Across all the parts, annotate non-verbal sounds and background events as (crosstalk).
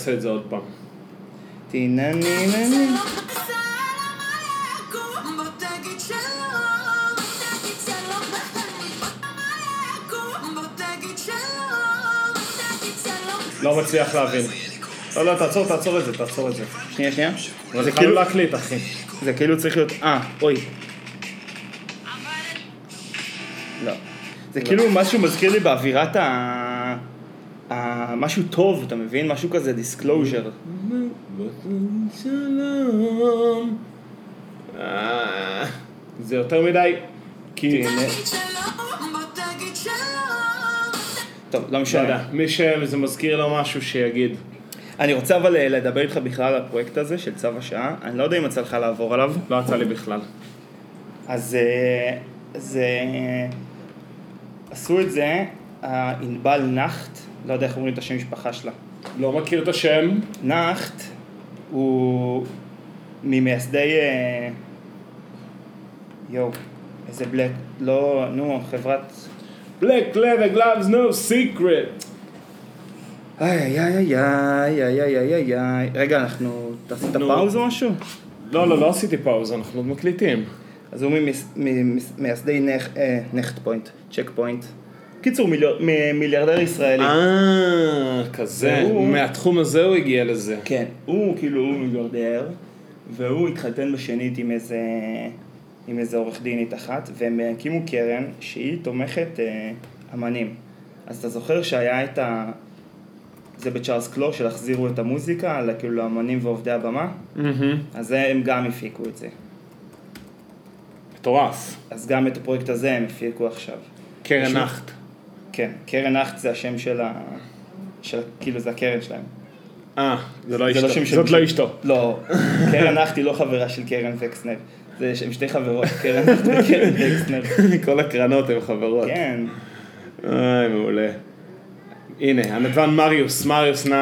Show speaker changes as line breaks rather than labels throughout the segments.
נעשה את זה עוד פעם.
תינני
לא מצליח להבין. לא, לא, תעצור, תעצור את זה, תעצור את זה.
שנייה שנייה
אבל זה
כאילו-
חייב להקליט, אחי.
זה כאילו צריך להיות אה אוי לא זה כאילו משהו מזכיר לי באווירת ה... ה... משהו טוב אתה מבין משהו כזה דיסקלוז'ר
שלום. אה, זה יותר מדי. כי...
טוב לא
לא
משנה
יודע, מי שזה מזכיר לו משהו שיגיד.
אני רוצה אבל אה, לדבר איתך בכלל על הפרויקט הזה של צו השעה אני לא יודע אם יצא לך לעבור עליו
לא יצא לי בכלל.
אז אה, זה... עשו את זה, אה, ענבל נאחט, לא יודע איך אומרים את השם משפחה שלה.
לא מכיר את השם.
נאחט הוא ממייסדי... אה, יואו, איזה בלק, לא, נו, חברת...
Black leather gloves, no secret.
איי איי איי איי איי איי איי איי איי רגע, אנחנו... תעשית
נו.
פאוז או משהו?
לא, לא, לא עשיתי פאוזה, אנחנו עוד מקליטים.
אז הוא ממייס- ממייס- מייסדי נכ- אה, נכט פוינט, צ'ק פוינט. קיצור, מיליו- מ- מיליארדר ישראלי.
אה, כזה.
והוא-
מהתחום הזה הוא הגיע לזה.
כן, הוא כאילו הוא מיליארדר, והוא התחתן בשנית עם איזה, עם איזה עורך דינית אחת, והם הקימו קרן שהיא תומכת אה, אמנים. אז אתה זוכר שהיה את ה... זה בצ'ארלס קלו של החזירו את המוזיקה, ל- כאילו לאמנים ועובדי הבמה,
מהמם.
אז הם גם הפיקו את זה.
מטורף.
אז גם את הפרויקט הזה הם הפיקו עכשיו.
קרן
פשוט-
נחת.
כן, קרן אכט זה השם של ה... של... כאילו זה הקרן שלהם.
אה, זה לא
זה
אשתו.
לא שם של
זאת
מישהו.
לא אשתו.
לא, קרן אכט היא לא חברה של קרן וקסנר. זה הם שתי חברות, קרן אכט וקרן וקסנר.
(laughs) כל הקרנות הן חברות.
כן,
אוי, מעולה. הנה, הנדל"ן מריוס, מריוס נח,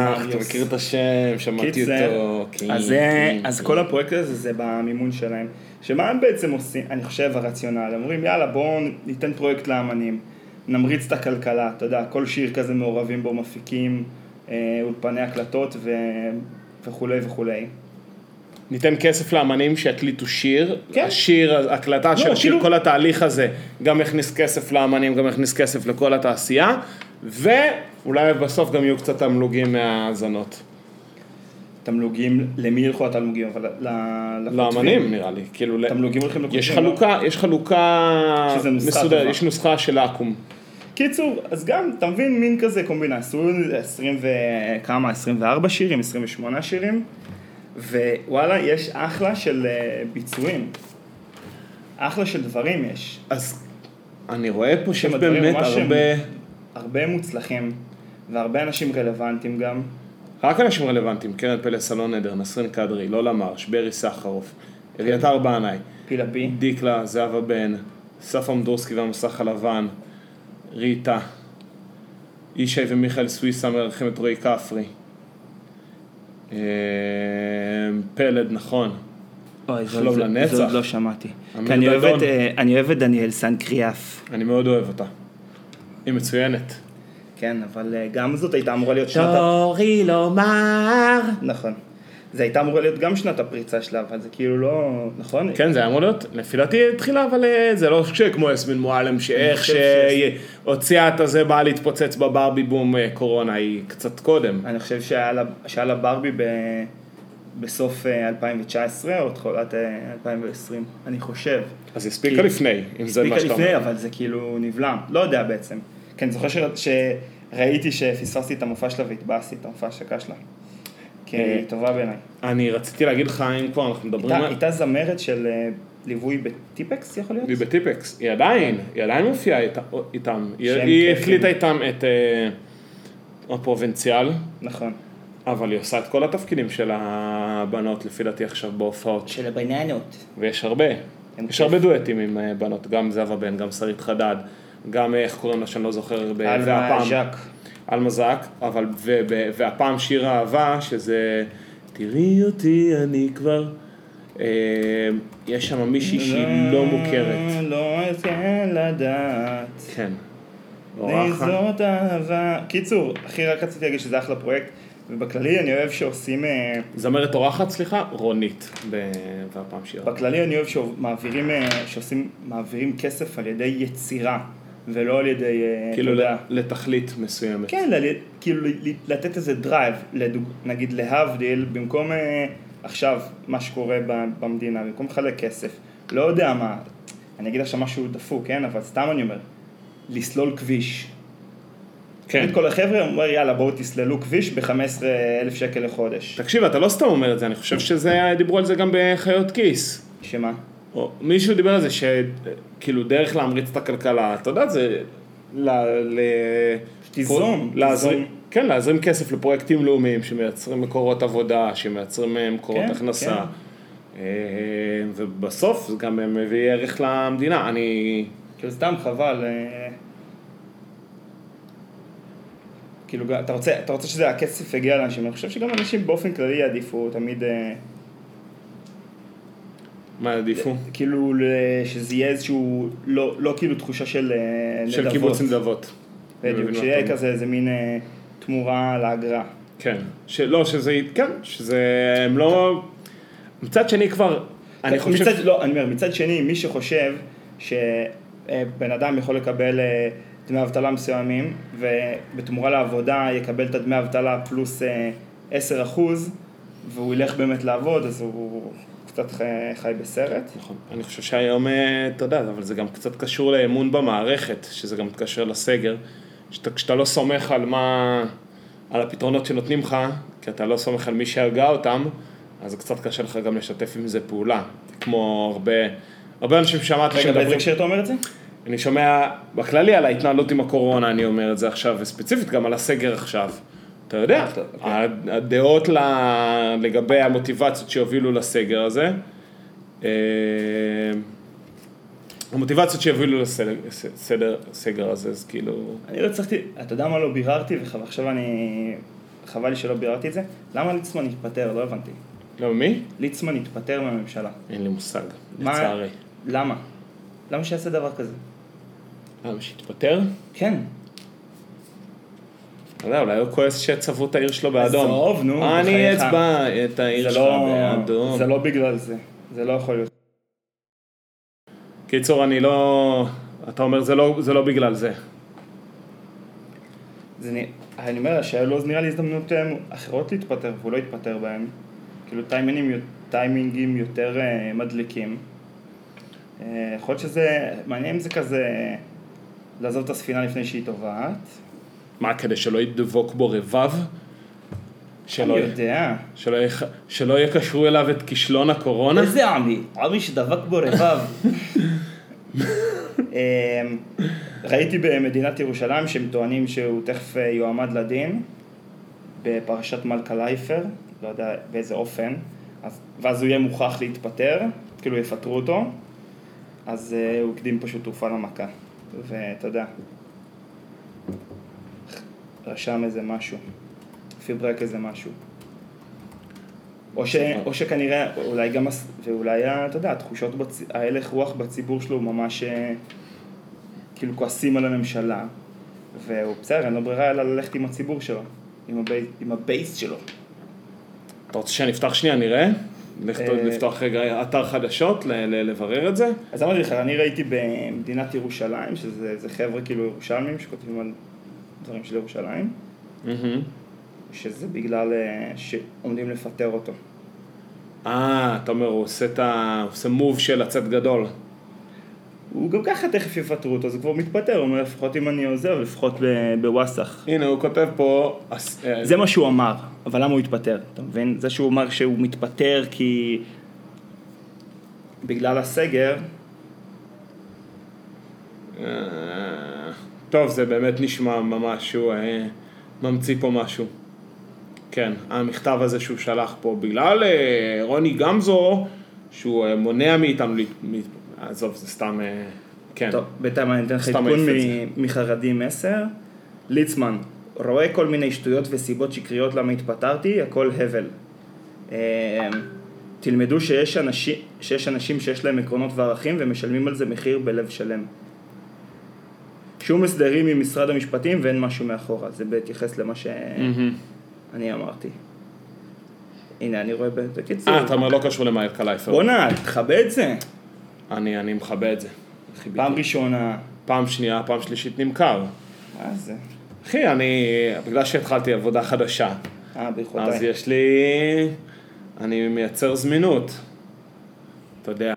מריוס.
אתה מכיר את השם, שמעתי
קיצר.
אותו. כן,
אז זה-
כן,
אז
כן.
כל הפרויקט הזה זה במימון שלהם. שמה הם בעצם עושים, אני חושב הרציונל, אומרים יאללה בואו ניתן פרויקט לאמנים, נמריץ את הכלכלה, אתה יודע, כל שיר כזה מעורבים בו מפיקים, אה, אולפני הקלטות ו... וכולי וכולי.
ניתן כסף לאמנים שיקליטו שיר,
כן.
השיר, הקלטה של השיר,
כאילו-
כל התהליך הזה, גם יכניס כסף לאמנים, גם יכניס כסף לכל התעשייה, ואולי בסוף גם יהיו קצת תמלוגים מההאזנות.
תמלוגים, למי ילכו התמלוגים? אבל ל- לכותבים.
לאמנים נראה לי, כאילו, ל-
תמלוגים הולכים לכותבים.
יש
לא?
חלוקה, יש חלוקה
שזה נוסחה
מסודרת,
טובה.
יש נוסחה של אקו"ם.
קיצור, אז גם, אתה מבין, מין כזה קומבינה, עשו 20 וכמה, 24 שירים, 28 שירים, ווואלה, יש אחלה של אה, ביצועים. אחלה של דברים יש.
אז אני רואה פה שיש
הדברים
באמת
ממש הם-
הרבה...
הרבה מוצלחים, והרבה אנשים רלוונטיים גם.
רק אנשים רלוונטיים, קרן פלס, אלון עדר, נסרין קדרי, לולה מרש, ברי סחרוף,
כן.
אביתר בנאי,
פילאפי,
דיקלה, זהבה בן, אסף עמדורסקי והמסך הלבן, ריטה, ישי ומיכאל סוויסה מארחים את רועי כפרי, אה, פלד, נכון,
אוי,
שלום
זה-
לנצח.
זה עוד לא שמעתי.
אמיר
כי אני אוהב
דדון.
את, אה, אני אוהב את דניאל סנקריאף.
אני מאוד אוהב אותה, היא מצוינת.
כן, אבל אה, גם זאת הייתה אמורה להיות שנת... ה-
תורי לומר.
נכון. זה הייתה אמורה להיות גם שנת הפריצה שלה, אבל זה כאילו לא... נכון?
כן, זה היה אמור להיות, לפי דעתי התחילה, אבל אה, זה לא כמו יסמין מועלם, שאיך
חושב
שהוציאה את הזה, באה להתפוצץ בברבי בום אה, קורונה, היא קצת קודם.
אני חושב שהיה לה, שהיה לה ברבי ב, בסוף אה, 2019 או תחילת אה, 2020, אני חושב.
אז היא הספיקה לפני, אם זה מה
הספיקה
שאתה
לפני,
אומר.
אבל זה כאילו נבלם, לא יודע בעצם. כי אני זוכר ש, שראיתי שפספסתי את המופע שלה והתבאסתי את המופע ההשקה שלה. כי
אה,
היא טובה בעיניי.
אני רציתי להגיד לך, אם כבר אנחנו מדברים
הייתה-
על...
הייתה זמרת של אה, ליווי בטיפקס, יכול להיות?
היא בטיפקס, היא עדיין, היא עדיין מופיעה איתה- איתם. היא-
שהם
היא
כיפים.
הקליטה איתם את אה, הפרובינציאל,
נכון.
אבל היא עושה את כל התפקידים של הבנות, לפי דעתי עכשיו בהופעות.
של הבננות.
ויש הרבה.
הם
יש
כיף.
הרבה דואטים עם אה, בנות, גם זהבה בן, גם שרית חדד, גם אה, איך קוראים לה שאני לא זוכר, ב-
עלמה
והפעם-
אה, ז'אק.
עלמה זק, אבל, ו- ו- והפעם שיר אהבה, שזה תראי אותי אני כבר, אה, יש שם מישהי שהיא לא מוכרת,
לא אתן לדעת.
כן, אורחת,
זאת אהבה. קיצור, אחי, רק רציתי להגיד שזה אחלה פרויקט. ובכללי אני אוהב שעושים, אה,
זמרת אורחת, סליחה, רונית, ב- והפעם שירה.
בכללי אני אוהב שמעבירים, אה, שעושים, מעבירים כסף על ידי יצירה, ולא על ידי, אה,
כאילו
אתה יודע.
ל- לתכלית מסוימת.
כן, ל- כאילו ל- לתת איזה דרייב, לדוג... נגיד להבדיל, במקום אה, עכשיו מה שקורה ב- במדינה, במקום לחלק כסף, לא יודע מה, אני אגיד עכשיו משהו דפוק, כן, אבל סתם אני אומר, לסלול כביש.
כן.
את כל החבר'ה אומר יאללה בואו תסללו כביש ב-15 אלף שקל לחודש.
תקשיב, אתה לא סתם אומר את זה, אני חושב שזה, היה- דיברו על זה גם בחיות כיס.
שמה?
או, מישהו דיבר על זה שכאילו דרך להמריץ את הכלכלה, אתה יודע, זה... ל... ל...
שתיזום,
להזרים,
תיזום.
כן, להזרים כסף לפרויקטים לאומיים שמייצרים מקורות עבודה, שמייצרים אה, מקורות
כן,
הכנסה. אה, ובסוף זה גם אה, מביא ערך למדינה. אני...
כאילו סתם חבל. אה, כאילו אתה רוצה, אתה רוצה שזה הכסף יגיע לאנשים, אני חושב שגם אנשים באופן כללי יעדיפו תמיד אה,
מה יעדיפו?
כאילו ל- שזה יהיה איזשהו, לא, לא כאילו תחושה של אה,
של
נדבות.
קיבוץ נדבות. אני מבין
בדיוק,
מה אתה
שיהיה
אומר.
כזה איזה מין אה, תמורה לאגרה.
כן, שלא, שזה, כן, שזה, הם לא, מצד שני כבר, אני חושב,
מצד, לא, אני אומר, מצד שני, מי שחושב שבן אדם יכול לקבל אה, דמי אבטלה מסוימים, ובתמורה לעבודה יקבל את הדמי אבטלה פלוס אה, 10 אחוז, והוא ילך באמת לעבוד, אז הוא קצת חי- חי בסרט.
נכון, אני חושב שהיום, אה, אתה יודע, אבל זה גם קצת קשור לאמון במערכת, שזה גם מתקשר לסגר, שאתה, כשאתה לא סומך על מה, על הפתרונות שנותנים לך, כי אתה לא סומך על מי שהגה אותם, אז זה קצת קשה לך גם לשתף עם זה פעולה, כמו הרבה, הרבה אנשים שמעתי
רגע, באיזה
שמדברים-
הקשר אתה אומר את זה?
אני שומע בכללי על ההתנהלות עם הקורונה, אני אומר את זה עכשיו, וספציפית גם על הסגר עכשיו. אתה יודע,
אה, טוב, אוקיי.
ה- הדעות ל- לגבי המוטיבציות שהובילו לסגר הזה, אה, המוטיבציות שהובילו לסגר הזה, אז כאילו...
אני לא הצלחתי, אתה יודע מה לא ביררתי, ועכשיו אני... חבל לי שלא ביררתי את זה. למה ליצמן התפטר? לא הבנתי.
לא, מי?
ליצמן התפטר מהממשלה.
אין לי מושג,
מה-
לצערי.
למה? למה שיעשה דבר כזה?
למה שהתפטר?
כן.
אתה יודע, אולי הוא כועס שצבעו את העיר שלו באדום. אה,
עזוב, נו,
אני
בחייך.
אצבע את העיר
זה
שלך
לא,
באדום.
זה לא בגלל זה. זה לא יכול להיות.
קיצור, אני לא... אתה אומר, זה לא, זה לא בגלל זה.
זה נ- אני אומר, שהיה לו אז נראה לי הזדמנות אה, אחרות להתפטר, והוא לא התפטר בהן. כאילו טיימינגים, יו- טיימינגים יותר אה, מדליקים. אה, יכול להיות שזה, מעניין אם זה כזה אה, לעזוב את הספינה לפני שהיא טובעת.
מה, כדי שלא ידבוק בו רבב?
אני
שלא,
יודע.
שלא, יח- שלא יקשרו אליו את כישלון הקורונה?
איזה עמי? עמי שדבק בו רבב. אמ, ראיתי במדינת ירושלים שהם טוענים שהוא תכף אה, יועמד לדין בפרשת מלכה לייפר, לא יודע באיזה אופן, אז, ואז הוא יהיה מוכרח להתפטר, כאילו יפטרו אותו, אז אה, הוא הקדים פשוט תרופה למכה, ואתה יודע, רשם איזה משהו, פיברק איזה משהו. או, ש, או שכנראה, אולי גם, הס- ואולי, ה- אתה יודע, התחושות, בצ... ההלך רוח בציבור שלו הוא ממש אה, כאילו כועסים על הממשלה, והוא בסדר, אין לו ברירה אלא ללכת עם הציבור שלו, עם, הבי... עם הבייס שלו.
אתה רוצה שנפתח שנייה, נראה? לך
אה,
ת- נפתח רגע אתר חדשות, ל- ל- לברר את זה?
אז אמרתי לך, אני ראיתי במדינת ירושלים, שזה זה חבר'ה כאילו ירושלמים שכותבים על דברים של ירושלים,
מהמם.
שזה בגלל אה, שעומדים לפטר אותו.
אה, אתה אומר, הוא עושה את ה... הוא עושה מוב של לצאת גדול.
הוא גם ככה תכף יפטרו אותו, אז הוא כבר מתפטר, הוא אומר לפחות אם אני עוזב, לפחות ב- בוואסאח.
הנה, הוא כותב פה... אס- אה,
זה מה שהוא אמר, אבל למה הוא התפטר, אתה מבין? זה שהוא אמר שהוא מתפטר כי בגלל הסגר,
אה, טוב, זה באמת נשמע ממש, הוא אה, ממציא פה משהו. כן, המכתב הזה שהוא שלח פה, בגלל אה, רוני גמזו, שהוא אה, מונע מאיתנו, להת- מ- עזוב, זה סתם, אה, כן.
טוב, בינתיים אני אתן לך
סתם
עדכון
העיף את
מ- מחרדים 10. ליצמן, רואה כל מיני שטויות וסיבות שקריות למה התפטרתי, הכל הבל. אמ, תלמדו שיש אנשים, שיש אנשים שיש להם עקרונות וערכים ומשלמים על זה מחיר בלב שלם. שום הסדרים ממשרד המשפטים ואין משהו מאחורה, זה בהתייחס למה ש...
מהמם.
אני אמרתי. הנה, אני רואה ב... בקיצור.
אה, אתה אומר לא קשור למאיר קלייפר.
בואנה, תכבה את זה.
אני, אני מכבה את זה. חיביתי.
פעם ראשונה.
פעם שנייה, פעם שלישית נמכר.
מה זה?
אחי, אני, בגלל שהתחלתי עבודה חדשה,
אה, ברכותיי.
אז יש לי, אני מייצר זמינות. אתה יודע.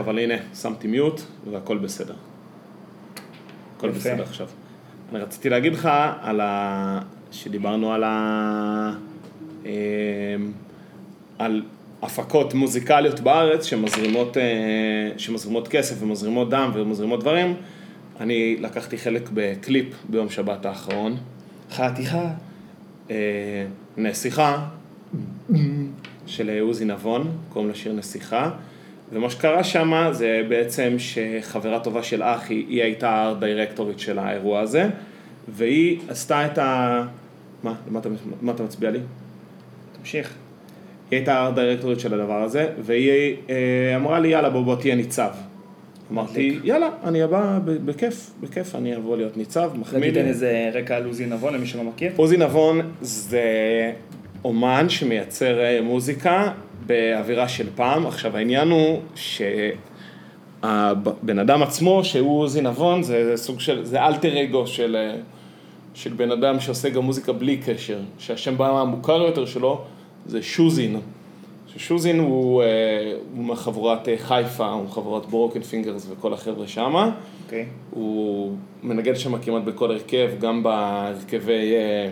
אבל הנה, שמתי מיוט והכל בסדר. הכל
יפה.
בסדר עכשיו. אני רציתי להגיד לך על ה... שדיברנו על ה... אמ, על הפקות מוזיקליות בארץ שמזרימות, אה, שמזרימות כסף ומזרימות דם ומזרימות דברים. אני לקחתי חלק בקליפ ביום שבת האחרון.
חתיכה.
אה, נסיכה של עוזי נבון, קוראים לשיר נסיכה. ומה שקרה שם זה בעצם שחברה טובה של אחי, היא הייתה הדירקטורית של האירוע הזה, והיא עשתה את ה... מה, למה אתה, מה אתה מצביע לי?
תמשיך.
היא הייתה הדירקטורית של הדבר הזה, והיא אה, אמרה לי, יאללה, בוא, בוא תהיה ניצב. אמרתי, יאללה, אני הבא, ב- בכיף, בכיף, אני אבוא להיות ניצב, מחמיא לי.
רק תיתן איזה רקע על עוזי נבון למי שלא מכיר.
עוזי נבון זה אומן שמייצר אה, מוזיקה באווירה של פעם. עכשיו העניין הוא שהבן אדם עצמו, שהוא עוזי נבון, זה סוג של, זה אלטר אגו של, אה, של בן אדם שעושה גם מוזיקה בלי קשר. שהשם בעיה המוכר יותר שלו זה שוזין. ששוזין הוא, אה, הוא מחבורת אה, חיפה, הוא מחבורת ברוקן פינגרס וכל החבר'ה שמה.
אוקיי.
הוא מנגן שם כמעט בכל הרכב, גם בהרכבי אה,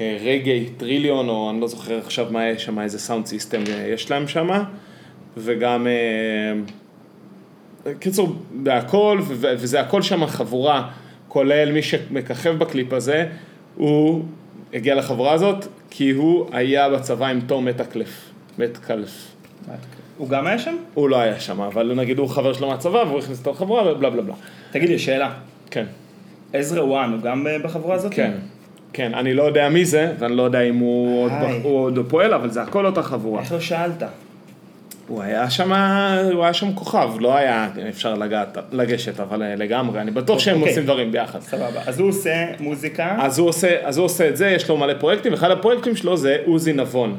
אה, רגעי, טריליון, או אני לא זוכר עכשיו מה יש שם, איזה סאונד סיסטם אה, יש להם שם, וגם... אה, קיצור, בהכל, ו- ו- וזה הכל שם חבורה, כולל מי שמככב בקליפ הזה, הוא הגיע לחבורה הזאת, כי הוא היה בצבא עם תום מטקלף. מטקלף.
הוא גם היה שם?
הוא לא היה שם, אבל נגיד הוא חבר שלו מהצבא, והוא הכניס אותו לחבורה, ובלה בלה בלה.
תגיד לי, שאלה.
כן.
עזרא וואן הוא גם ב- בחבורה הזאת?
כן, כן, אני לא יודע מי זה, ואני לא יודע אם הוא עוד,
היי.
בח- הוא עוד פועל, אבל זה הכל אותה חבורה.
איך לא שאלת?
הוא היה שם, הוא היה שם כוכב, לא היה אפשר לגעת, לגשת, אבל אה, לגמרי, אני בטוח שהם
אוקיי.
עושים דברים ביחד.
סבבה. אז הוא עושה מוזיקה.
אז הוא, עושה, אז הוא עושה את זה, יש לו מלא פרויקטים, אחד הפרויקטים שלו זה עוזי נבון.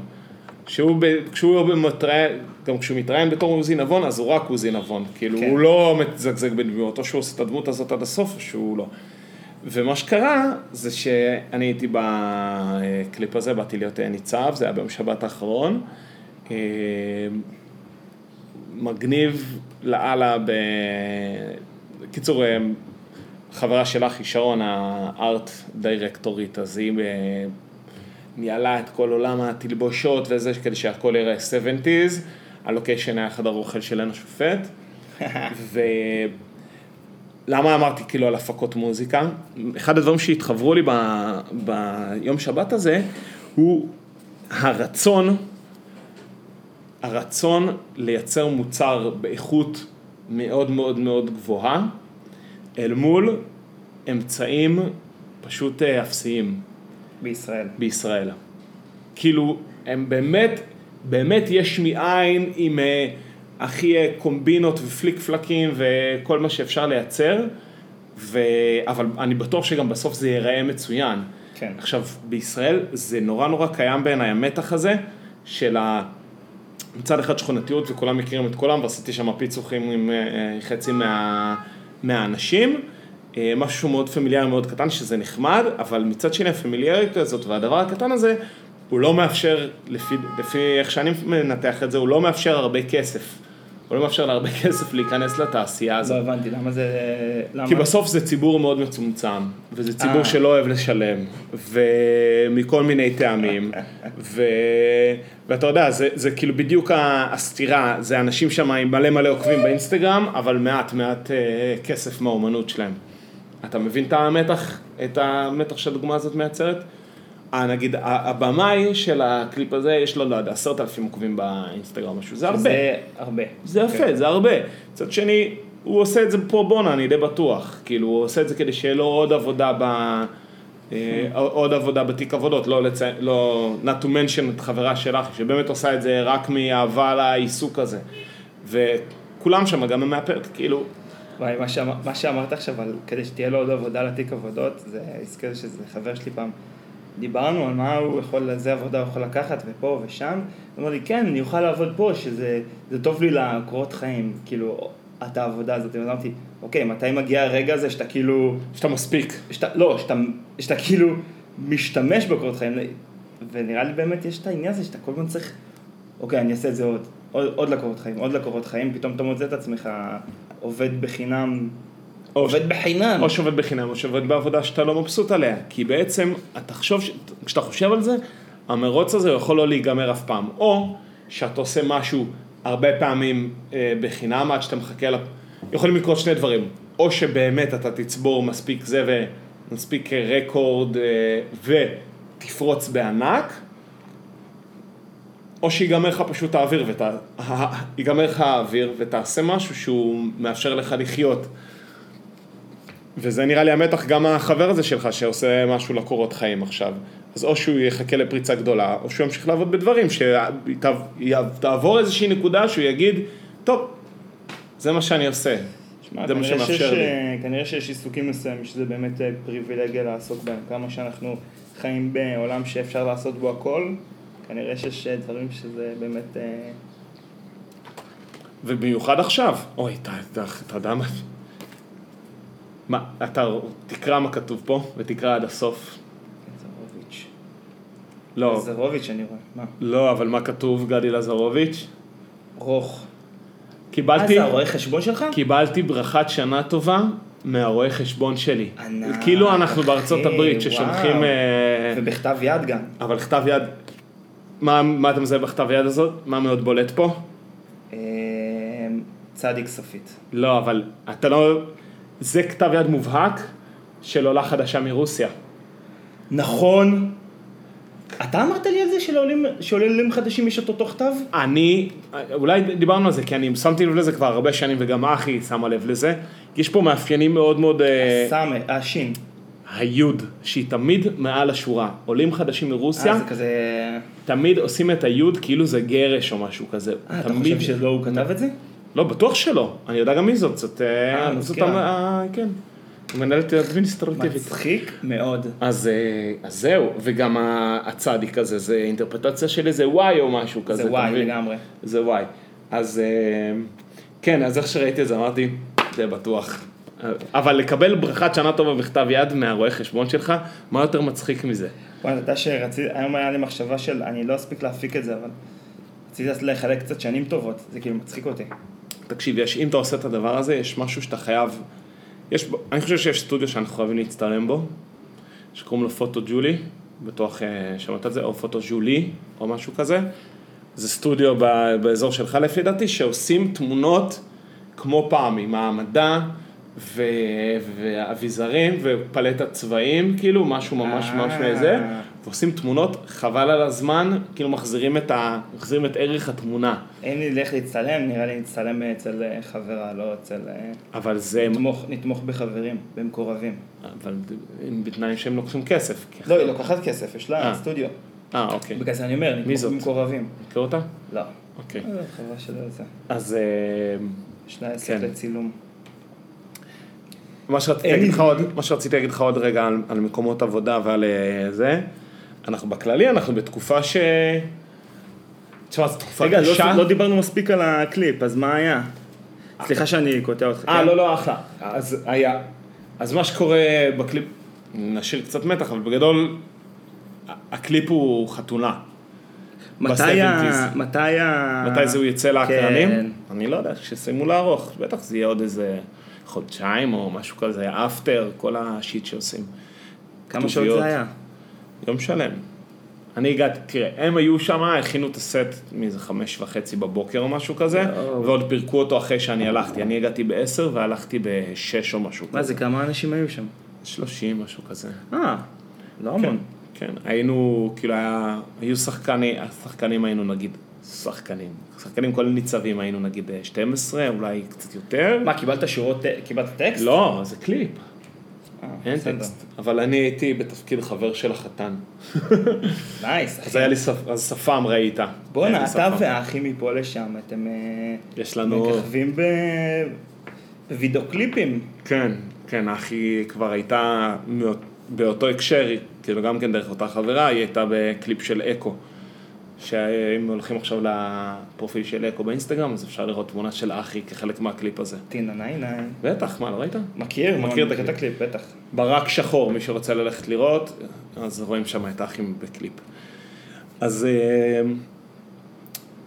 שהוא, ב, כשהוא מתראיין, גם כשהוא מתראיין בתור עוזי נבון, אז הוא רק עוזי נבון. כאילו,
כן.
הוא לא מתזגזג בדמויות, או שהוא עושה את הדמות הזאת עד הסוף, או שהוא לא. ומה שקרה, זה שאני הייתי בקליפ הזה, באתי להיות אה, ניצב, זה היה ביום שבת האחרון. אה, מגניב לאללה ב... קיצור, אה, חברה שלך היא שרון, הארט דירקטורית, אז היא אה, ניהלה את כל עולם התלבושות וזה, כדי שהכל יראה 70's, הלוקיישן היה חדר אוכל של עין השופט, ולמה אמרתי כאילו על הפקות מוזיקה? אחד הדברים שהתחברו לי ב... ביום שבת הזה, הוא הרצון הרצון לייצר מוצר באיכות מאוד מאוד מאוד גבוהה, אל מול אמצעים פשוט אה, אפסיים
בישראל.
בישראל. כאילו, הם באמת, באמת יש מאין עם אה, הכי אה, קומבינות ופליק פלקים וכל מה שאפשר לייצר, ו... אבל אני בטוח שגם בסוף זה ייראה מצוין.
כן.
עכשיו, בישראל זה נורא נורא קיים בעיניי המתח הזה של ה... מצד אחד שכונתיות וכולם מכירים את כולם ועשיתי שם פיצוחים עם אה, אה, חצי מה, מהאנשים, אה, משהו מאוד פמיליארי מאוד קטן שזה נחמד, אבל מצד שני הפמיליאריות הזאת והדבר הקטן הזה הוא לא מאפשר, לפי, לפי איך שאני מנתח את זה, הוא לא מאפשר הרבה כסף. הוא לא מאפשר להרבה (laughs) כסף להיכנס לתעשייה
לא
הזאת.
הבנתי למה זה... למה?
כי בסוף זה ציבור מאוד מצומצם, וזה ציבור
אה.
שלא אוהב לשלם, ומכל מיני טעמים, ו... ואתה יודע, זה, זה כאילו בדיוק הסתירה, זה אנשים שם עם מלא מלא עוקבים באינסטגרם, אבל מעט מעט אה, כסף מהאומנות שלהם. אתה מבין את המתח, את המתח שהדוגמה הזאת מייצרת? אה, נגיד, ה- הבמאי של הקליפ הזה, יש לו, לא יודע, עשרת אלפים עוקבים באינסטגרם, משהו, זה הרבה.
זה הרבה.
זה יפה,
כן.
זה הרבה. מצד שני, הוא עושה את זה פרו בונה, אני די בטוח. כאילו, הוא עושה את זה כדי שיהיה לו עוד עבודה ב... אה, עוד עבודה בתיק עבודות, לא לציין, לא, not to mention את חברה שלך, שבאמת עושה את זה רק מאהבה לעיסוק הזה. וכולם שם גם ממאפרת, כאילו,
וואי, מה, שאמר, מה שאמרת עכשיו, על, כדי שתהיה לו עוד עבודה לתיק עבודות, זה הזכיר שזה חבר שלי פעם. דיברנו על מה הוא יכול, איזה עבודה הוא יכול לקחת, ופה ושם. הוא אמר לי, כן, אני אוכל לעבוד פה, שזה זה טוב לי לקורות חיים, כאילו, את העבודה הזאת. אז אמרתי, אוקיי, מתי מגיע הרגע הזה שאתה כאילו,
שאתה מספיק.
שאתה, לא, שאתה, שאתה כאילו משתמש בקורות חיים, ונראה לי באמת יש את העניין הזה שאתה כל הזמן צריך, אוקיי, אני אעשה את זה עוד, עוד, עוד לקורות חיים, עוד לקורות חיים, פתאום אתה מוצא את עצמך עובד בחינם,
או
עובד בחינם.
או שעובד בחינם, או שעובד בעבודה שאתה לא מבסוט עליה. כי בעצם, תחשוב, ש- כשאתה חושב על זה, המרוץ הזה יכול לא להיגמר אף פעם. או שאתה עושה משהו הרבה פעמים אה, בחינם עד שאתה מחכה ל... יכולים לקרות שני דברים. או שבאמת אתה תצבור מספיק זה ומספיק רקורד אה, ותפרוץ בענק, או שיגמר לך פשוט האוויר, ות... ייגמר לך האוויר ותעשה משהו שהוא מאפשר לך לחיות. וזה נראה לי המתח גם החבר הזה שלך שעושה משהו לקורות חיים עכשיו. אז או שהוא יחכה לפריצה גדולה, או שהוא ימשיך לעבוד בדברים, שתעבור איזושהי נקודה שהוא יגיד, טוב, זה מה שאני עושה.
שמע,
זה מה
כנראה שיש,
שמאפשר לי.
אה, כנראה שיש עיסוקים מסוימים שזה באמת אה, פריבילגיה לעסוק בהם. כמה שאנחנו חיים בעולם שאפשר לעשות בו הכל, כנראה שיש אה, דברים שזה באמת... אה,
ובמיוחד עכשיו. אוי, אתה- אתה אתה יודע מה? מה, אתה תקרא מה כתוב פה, ותקרא עד הסוף.
לזרוביץ'.
לא,
לזרוביץ' אני רואה. מה?
לא, אבל מה כתוב, גדי לזרוביץ'?
רוך. מה
קיבלתי,
זה, הרואה חשבון שלך?
קיבלתי ברכת שנה טובה מהרואה חשבון שלי.
ענק,
כאילו אנחנו בארצות
אחי,
הברית ששולחים...
וואו.
אה,
ובכתב יד גם.
אבל כתב יד, מה, מה אתה מזהה בכתב יד הזאת? מה מאוד בולט פה?
אה, צדיק סופית.
לא, אבל אתה לא... זה כתב יד מובהק של עולה חדשה מרוסיה.
נכון. אתה אמרת לי על זה שלעולים שעולים חדשים יש את אותו כתב?
אני, אולי דיברנו על זה, כי אני שמתי לב לזה כבר הרבה שנים, וגם אחי שמה לב לזה. יש פה מאפיינים מאוד מאוד... אה,
סמל, השין.
היוד, שהיא תמיד מעל השורה. עולים חדשים מרוסיה,
אה, זה כזה...
תמיד עושים את היוד כאילו זה גרש או משהו כזה.
אה, אתה
תמיד-
חושב שלא הוא כתב את זה?
לא, בטוח שלא. אני יודע גם מי זאת. זאת... אה, זאת
המזכירה.
המ- אה, כן. מנהלת
כן,
אדמיניסטרטיבית.
מצחיק מאוד.
אז, אה, אז זהו, וגם ה- הצדיק הזה, זה אינטרפטציה של איזה וואי או משהו כזה.
זה
אתה
וואי
מבין?
לגמרי.
זה וואי. אז אה, כן, אז איך שראיתי את זה אמרתי, זה בטוח. אה, אבל לקבל ברכת שנה טובה בכתב יד מהרואה חשבון שלך, מה יותר מצחיק מזה?
וואי, אתה יודע שרציתי, היום היה לי מחשבה של, אני לא אספיק להפיק את זה, אבל רציתי אז לחלק קצת שנים טובות, זה כאילו מצחיק אותי.
תקשיב, יש, אם אתה עושה את הדבר הזה, יש משהו שאתה חייב... יש, בו- אני חושב שיש סטודיו שאנחנו חייבים להצטלם בו, שקוראים לו פוטו ג'ולי, בטוח אה, שמעת את זה, או פוטו ג'ולי, או משהו כזה. זה סטודיו ב- באזור שלך לפי דעתי, שעושים תמונות כמו פעם, עם העמדה ו- ואביזרים ופלטת צבעים, כאילו, משהו ממש ממש
אה.
מזה, ועושים תמונות, חבל על הזמן, כאילו מחזירים את, ה- מחזירים את ערך התמונה.
אם נלך להצטלם, נראה לי נצטלם אצל אה, חברה, לא אצל... אה,
אבל זה
נתמוך- נתמוך בחברים, במקורבים.
אבל הם בתנאים שהם לוקחים כסף. כי-
לא, היא לוקחת כסף, יש לה
אה.
סטודיו.
אה, אוקיי.
בגלל זה אני אומר,
זאת?
נתמוך במקורבים.
מכיר אותה?
לא.
אוקיי.
אה, חברה שלא זה.
אז אה,
יש לה עסק
כן.
לצילום.
מה שרציתי
אין
להגיד
לי-
לך עוד- מה שרציתי להגיד לך עוד רגע על- על מקומות עבודה ועל אה, זה, אנחנו בכללי, אנחנו בתקופה ש... תשמע, זו תקופה
רגע, לא-
קשה.
לא דיברנו מספיק על הקליפ, אז מה היה? סליחה שאני קוטע אותך.
אה,
כן?
לא, לא, אחלה. אז היה. אז מה שקורה בקליפ, נשאיר קצת מתח, אבל בגדול, ה- הקליפ הוא חתונה.
כן. מתי ה...
ב-70s.
מתי ה...
מתי זה הוא יצא
אה, כן.
לאקרנים? אני לא יודע, כשסיימו לערוך, בטח זה יהיה עוד איזה חודשיים או משהו כזה, אפטר, כל השיט שעושים.
כמה שעות
כתוביות.
זה היה?
יום שלם. אני הגעתי, תראה, הם היו שם, הכינו את הסט מאיזה חמש וחצי בבוקר או משהו כזה,
יואו.
ועוד פירקו אותו אחרי שאני הלכתי. אני הגעתי בעשר והלכתי בשש או משהו
מה
כזה.
זה, כמה אנשים היו שם?
שלושים, משהו כזה.
אה, לא
כן,
המון.
כן, היינו, כאילו היה, היו שחקני, השחקנים היינו נגיד, שחקנים, שחקנים כל ניצבים היינו נגיד אה, 12, אולי קצת יותר.
מה, קיבלת שורות, קיבלת טקסט?
לא, זה קליפ,
אה,
אין
בסדר.
טקסט. אבל אני הייתי בתפקיד חבר של החתן.
נייס, אחי.
אז היה לי ספ- אז שפם ראית. היה
כן. בואנה,
לי
אתה
שפם.
והאחי מפה לשם, אתם אה,
יש לנו,
מככבים ב... וידאוקליפים.
כן, כן, אך היא כבר הייתה מאות- באותו הקשר, היא כאילו גם כן דרך אותה חברה, היא הייתה בקליפ של אקו. שאם הולכים עכשיו לפרופיל של אקו באינסטגרם, אז אפשר לראות תמונה של אחי כחלק מהקליפ הזה.
טינה ניין ניין.
בטח, מה, לא ראית? מכיר
מכיר?
את
מכיר את
הקליפ.
הקליפ, בטח.
ברק שחור, מי שרוצה ללכת לראות, אז רואים שם את האחים בקליפ. אז... אה,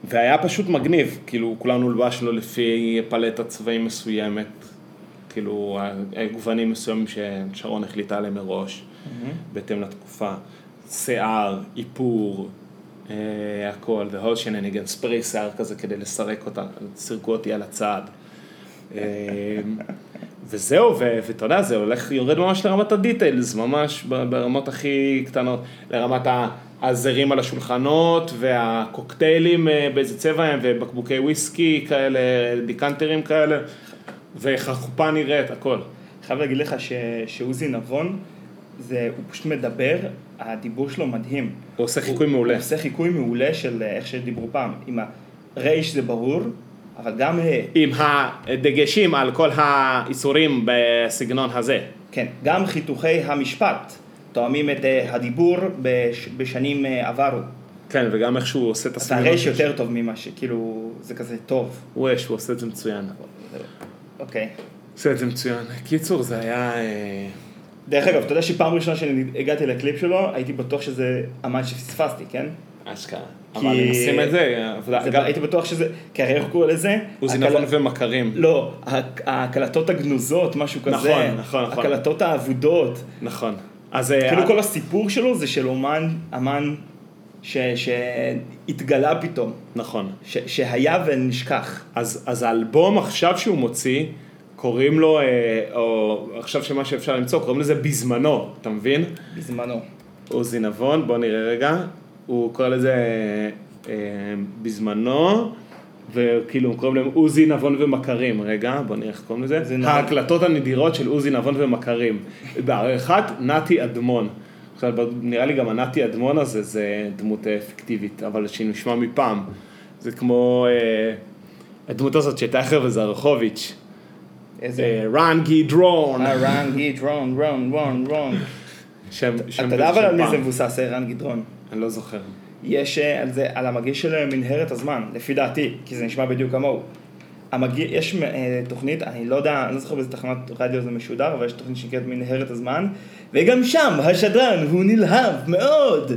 והיה פשוט מגניב, כאילו כולנו הולבשנו לפי פלטת צבעים מסוימת, כאילו גוונים מסוימים ששרון החליטה עליהם מראש, בהתאם לתקופה, שיער, איפור, אה, הכל, והוד שנניגן, ספרי שיער כזה כדי לסרק אותה, סירקו אותי על הצד. אה, וזהו, ו- ואתה יודע, זה הולך, יורד ממש לרמת הדיטיילס, ממש ב- ברמות הכי קטנות, לרמת הזרים על השולחנות, והקוקטיילים אה, באיזה צבע הם, ובקבוקי וויסקי כאלה, דיקנטרים כאלה, ואיך החופה נראית, הכל.
חייב להגיד לך ש... שעוזי נבון, זה... הוא פשוט מדבר, הדיבור שלו מדהים.
הוא עושה חיקוי מעולה.
הוא עושה חיקוי מעולה של אה, איך שדיברו פעם. עם הרייש זה ברור, אבל גם אה, ה...
עם הדגשים על כל האיסורים בסגנון הזה.
כן, גם חיתוכי המשפט תואמים את אה, הדיבור בש... בשנים אה, עברו.
כן, וגם איך שהוא עושה את
אז הרייש יותר טוב ממה ש... כאילו, זה כזה טוב.
הוא יש, הוא עושה את זה מצוין.
אוקיי.
עושה את זה מצוין. קיצור, זה היה... אה,
דרך אגב, אתה יודע שפעם ראשונה שהגעתי לקליפ שלו, הייתי בטוח שזה אמן שפספסתי, כן?
אשכרה.
כי-
אבל הם עושים את זה,
זה-
אבל גם
הייתי בטוח שזה, כי הרי איך קורא לזה?
עוזי
הקל-
נבון ומכרים.
לא, הק- ההקלטות הגנוזות, משהו כזה.
נכון, נכון, נכון.
הקלטות האבודות.
נכון. אז אה,
כאילו כל הסיפור שלו זה של אומן, אמן ש- שהתגלה פתאום,
נכון.
ש- שהיה ונשכח.
אז אז האלבום עכשיו שהוא מוציא, קוראים לו, אה, או עכשיו שמה שאפשר למצוא, קוראים לזה בזמנו, אתה מבין?
בזמנו.
עוזי נבון, בוא נראה רגע. הוא קורא לזה אה, אה, בזמנו, וכאילו קוראים להם עוזי נבון ומכרים. רגע, בוא נראה איך קוראים לזה.
עוזי נבון.
ההקלטות הנדירות של עוזי נבון ומכרים. בעריכת נתי אדמון. עכשיו, נראה לי גם הנתי אדמון הזה זה דמות אה, פיקטיבית, אבל שהיא נשמע מפעם. זה כמו אה, הדמות הזאת שהייתה אחר וזרחוביץ'.
איזה...
אה, רן גידרון.
רן גידרון, רון, רון, רון.
שם- שם
אתה יודע אבל
של
על מי זה
פעם.
מבוסס, אה, רן גידרון.
אני לא זוכר.
יש אה, על זה, על המגיש של מנהרת הזמן, לפי דעתי, כי זה נשמע בדיוק כמוהו. המגיש, יש אה, תוכנית, אני לא יודע, אני לא זוכר באיזה תחנת רדיו זה משודר, אבל יש תוכנית שנקראת מנהרת הזמן, וגם שם השדרן הוא נלהב מאוד.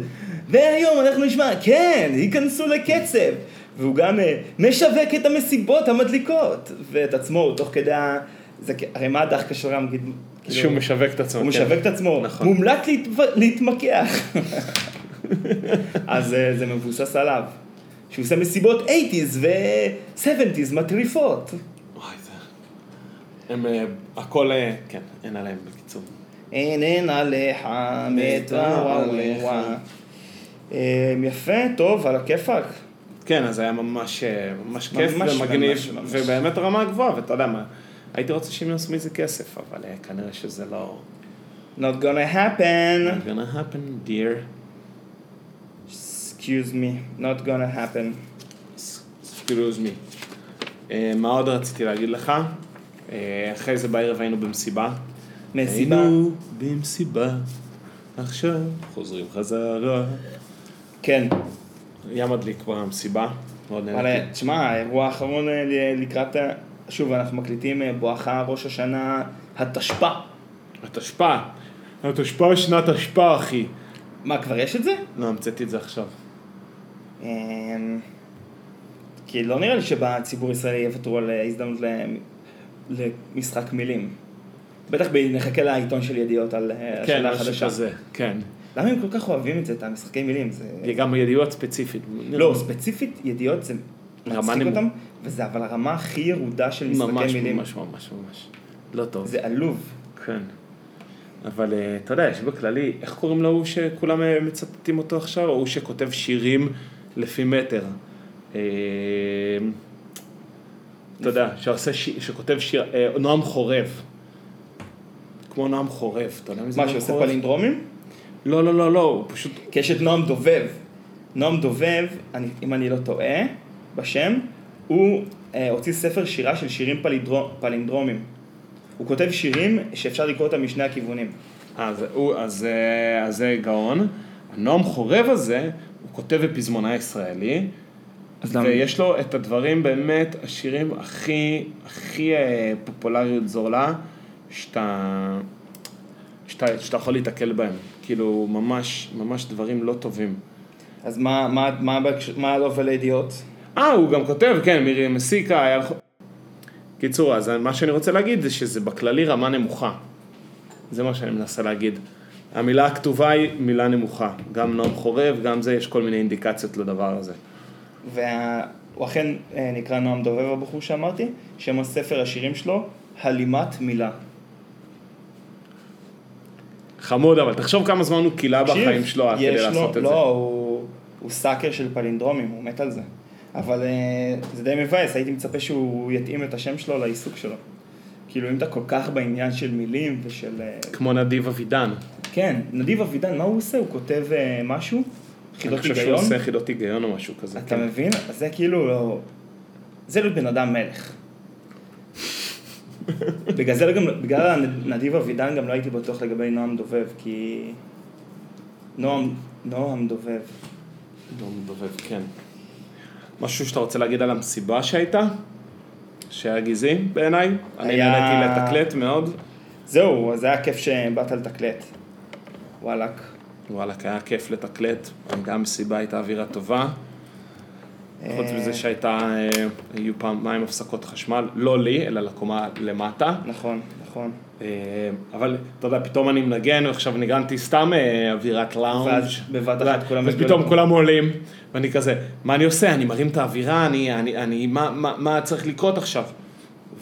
והיום אנחנו נשמע, כן, ייכנסו לקצב. והוא גם אה, משווק את המסיבות המדליקות, ואת עצמו, תוך כדי ה... זה, כ- הרי מה הדחקה של רם גיד... כאילו,
שהוא משווק את עצמו.
הוא
כן.
משווק את עצמו,
נכון.
מומלץ להתו- להתמקח. אז אה, זה מבוסס עליו. שהוא עושה מסיבות 80's ו-70's מטריפות.
וואי, זה... הם אה, הכל, אה, כן, אין עליהם בקיצור.
אין אין עליך מטרוואווה. אמ, יפה, טוב, על הכיפאק.
כן, אז היה ממש, אה, ממש
ממש,
כיף ומגניב,
ממש, ממש.
ובאמת רמה גבוהה, ואתה יודע מה, הייתי רוצה שהם יעשו מזה כסף, אבל אה, כנראה שזה לא...
Mm. Not gonna happen.
Not gonna happen, dear.
Excuse me, not gonna happen.
Excuse me. אה, מה עוד רציתי להגיד לך? אה, אחרי זה בערב היינו במסיבה.
מסיבה.
היינו במסיבה, עכשיו חוזרים חזרה.
כן,
אוקיי. היה מדליק במסיבה, מאוד נהניתי.
וואלה, תשמע, האירוע האחרון אה, ל- לקראת, ה- שוב, אנחנו מקליטים אה, בואכה ראש השנה התשפ"א.
התשפ"א. התשפ"א שנת השפ"א, אחי.
מה, כבר יש את זה?
לא, המצאתי את זה עכשיו.
אמ, כי לא נראה לי שבציבור הישראלי יוותרו על אה, הזדמנות ל- למשחק מילים. בטח ב- נחכה לעיתון של ידיעות על אה,
כן,
השנה
משהו
החדשה.
כזה. כן.
למה הם כל כך אוהבים את זה, את המשחקי מילים? זה...
גם ידיעות ספציפית.
לא, ספציפית ידיעות זה
רמה
מצחיק
נמוכה.
אותם, וזה אבל הרמה הכי ירודה של
ממש,
משחקי מילים.
ממש, ממש, ממש. לא טוב.
זה עלוב.
כן. אבל אה, אתה יודע, יש בכללי, איך קוראים להוא שכולם אה, מצטטים אותו עכשיו? ההוא שכותב שירים לפי מטר. אה, אתה יודע, שעושה שיר- שכותב שיר, אה, נועם חורב. כמו נועם חורב, אתה יודע מי זה
מה,
נועם
שעושה
חורב?
פלינדרומים?
לא, לא, לא, לא, הוא פשוט
כי יש את נועם דובב. נועם דובב, אני, אם אני לא טועה, בשם, הוא אה, הוציא ספר שירה של שירים פלינדרו- פלינדרומים. הוא כותב שירים שאפשר לקרוא אותם משני הכיוונים.
אז הוא, אז, אה, אז זה גאון. הנועם חורב הזה, הוא כותב ופזמונאי ישראלי,
אז למה?
ויש לו את הדברים באמת, השירים הכי, הכי אה, פופולריות זולה, שאתה, שאתה, שאתה יכול להיתקל בהם. כאילו, ממש, ממש דברים לא טובים.
אז מה, מה, מה, בהקש- מה לא אבל הידיעות?
אה, הוא גם כותב, כן, מירי מסיקה, היה לך... קיצור, אז מה שאני רוצה להגיד זה שזה בכללי רמה נמוכה. זה מה שאני מנסה להגיד. המילה הכתובה היא מילה נמוכה. גם נועם חורב, גם זה, יש כל מיני אינדיקציות לדבר הזה.
והוא אכן אה, נקרא נועם דובב הבחור שאמרתי, שם הספר השירים שלו, הלימת מילה.
חמוד, אבל תחשוב כמה זמן הוא קילה
תקשיב,
בחיים שלו עד כדי
יש לו-
לעשות את זה.
לא, הוא, הוא סאקר של פלינדרומים, הוא מת על זה. אבל אה, זה די מבאס, הייתי מצפה שהוא יתאים את השם שלו לעיסוק שלו. כאילו, אם אתה כל כך בעניין של מילים ושל... אה,
כמו נדיב אבידן.
כן, נדיב אבידן, מה הוא עושה? הוא כותב אה, משהו?
אני
חידות
חושב שהוא
היגיון?
עושה חידות היגיון או משהו כזה.
אתה
כן.
מבין? אז זה כאילו לא... זה להיות בן
(laughs)
אדם מלך. בגלל זה לא גם, בגלל נדיב אבידן גם לא הייתי בטוח לגבי נועם דובב, כי... נועם, נועם דובב.
לא מדובב, כן. משהו שאתה רוצה להגיד על המסיבה שהייתה? שהיה גזעי בעיניי? אני
היה-
נהניתי לתקלט מאוד.
זהו, אז היה כיף שבאת לתקלט. וואלאק.
וואלכ, היה כיף לתקלט, גם מסיבה הייתה אווירה טובה. חוץ
אה,
מזה שהייתה, אה, היו פעמיים הפסקות חשמל, לא לי, אלא לקומה למטה.
נכון, נכון.
אה, אבל אתה יודע, פתאום אני מנגן, ועכשיו ניגנתי סתם אה, אווירת לאונג'.
ואז בבת אחת
אתה
כולם
יודע,
מתגלגלים.
ופתאום כולם עולים, ואני כזה, מה אני עושה? אני מרים את האווירה, אני, אני, אני מה, מה, מה צריך לקרות עכשיו?